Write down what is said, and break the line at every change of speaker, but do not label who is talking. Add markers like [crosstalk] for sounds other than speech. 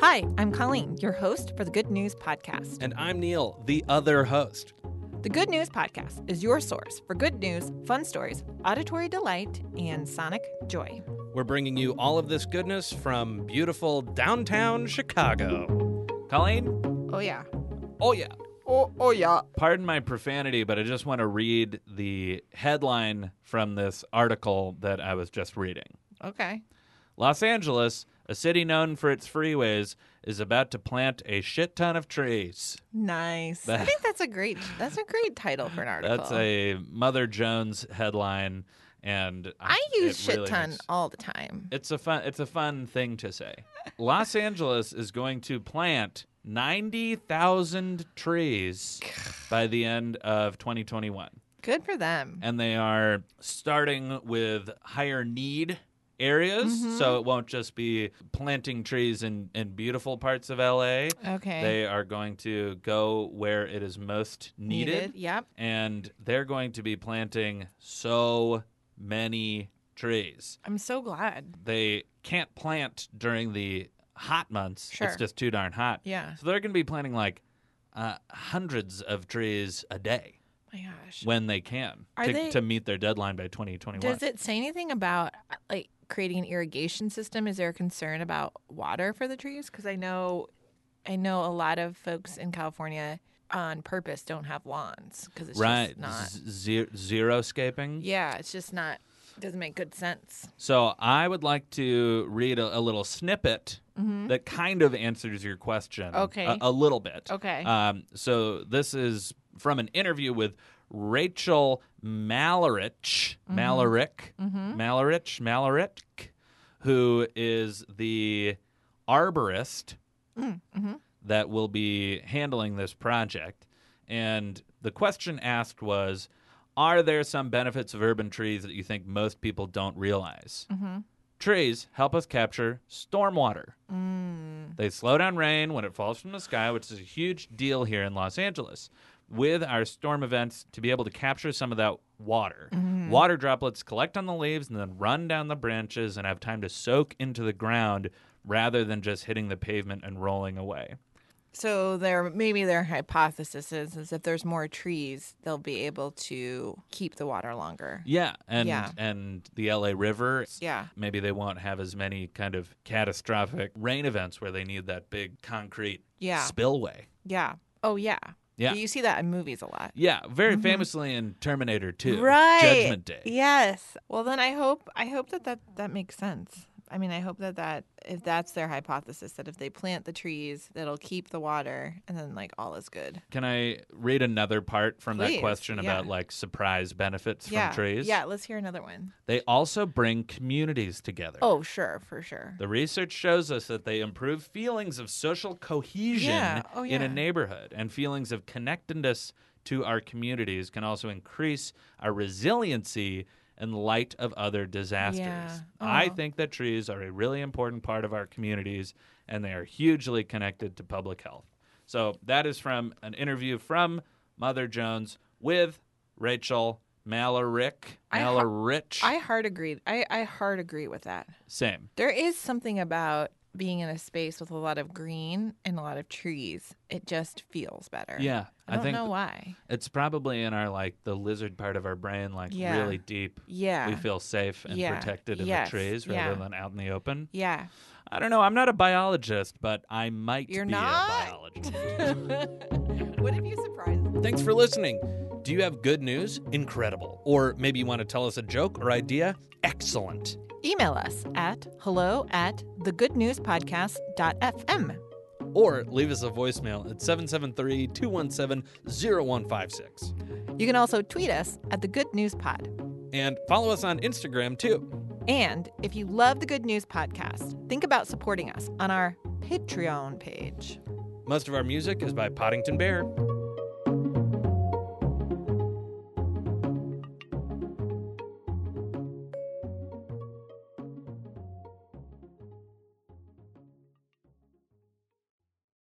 Hi, I'm Colleen, your host for the Good News Podcast.
And I'm Neil, the other host.
The Good News Podcast is your source for good news, fun stories, auditory delight, and sonic joy.
We're bringing you all of this goodness from beautiful downtown Chicago.
Colleen,
Oh, yeah.
Oh, yeah.
Oh, oh yeah.
pardon my profanity, but I just want to read the headline from this article that I was just reading.
Okay.
Los Angeles, a city known for its freeways, is about to plant a shit ton of trees.
Nice. I think that's a great that's a great title for an article.
That's a Mother Jones headline, and
I use
it
shit
really
ton
makes-
all the time.
It's a fun. It's a fun thing to say. Los Angeles is going to plant ninety thousand trees by the end of 2021.
Good for them.
and they are starting with higher need areas so it won't just be planting trees in, in beautiful parts of la
Okay.
they are going to go where it is most needed,
Yep.
and they're going to be planting so many trees
I'm so glad.
they can't plant during the hot months
Sure.
it's just too darn hot
Yeah.
so they're going to be planting like uh, hundreds of trees a day
My gosh.
when they can
Are
to,
they-
to meet their deadline by 2021.
Does it say anything about uh, like creating an irrigation system? Is there a concern about water for the trees? Because I know, I know a lot of folks in California on purpose don't have lawns because it's
right,
just not.
z- ze- zero scaping.
Yeah, it's just not. Doesn't make good sense.
So I would like to read a, a little snippet that kind of answers your question.
Mm-hmm. Okay.
A, a little bit.
Mm-hmm. Okay.
Um, so this is from an interview with Rachel Malarich,
Mm-hmm.
Malarich, Malarich, Malarich, who is the arborist
Mm-hmm.
that will be handling this project. And the question asked was Are there some benefits of urban trees that you think most people don't realize?
Mm-hmm.
Trees help us capture stormwater.
Mm.
They slow down rain when it falls from the sky, which is a huge deal here in Los Angeles. With our storm events, to be able to capture some of that water,
Mm-hmm.
water droplets collect on the leaves and then run down the branches and have time to soak into the ground rather than just hitting the pavement and rolling away.
So there, maybe their hypothesis is, is if there's more trees, they'll be able to keep the water longer.
Yeah, and
Yeah.
and the LA River.
Yeah.
Maybe they won't have as many kind of catastrophic rain events where they need that big concrete
Yeah.
spillway.
Yeah. Oh yeah.
Yeah.
You see that in movies a lot.
Yeah, very famously in Terminator 2,
Mm-hmm. right
Judgment Day.
yes well then i hope i hope that that, that makes sense i mean i hope that that if that's their hypothesis that if they plant the trees that'll keep the water and then like all is good
Can I read another part from
Please,
that question
yeah.
about like surprise benefits
yeah
from trees?
yeah let's hear another one.
They also bring communities together.
Oh, sure for sure
The research shows us that they improve feelings of social cohesion
Yeah. Oh,
in
yeah.
a neighborhood, and feelings of connectedness to our communities can also increase our resiliency in light of other disasters.
Yeah.
I
Oh.
think that trees are a really important part of our communities, and they are hugely connected to public health. So that is from an interview from Mother Jones with Rachel Malarick.
I ho-
Malarich.
i hard agree i i hard agree with that
Same.
there is something about being in a space with a lot of green and a lot of trees it just feels better
Yeah.
i don't
think
know why
It's probably in our like the lizard part of our brain, like
Yeah.
really deep.
yeah
We feel safe and
Yeah.
protected in
Yes.
the trees rather
Yeah.
than out in the open.
yeah [laughs]
I don't know. I'm not a biologist, but I might
You're
be
not?
a biologist. [laughs]
what if you surprised
Thanks for listening. Do you have good news? Incredible. Or maybe you want to tell us a joke or idea? Excellent.
Email us at hello at thegoodnewspodcast.fm.
Or leave us a voicemail at 773 217 0156.
You can also tweet us at the Good News Pod.
And follow us on Instagram too.
And if you love the Good News Podcast, think about supporting us on our Patreon page.
Most of our music is by Poddington Bear.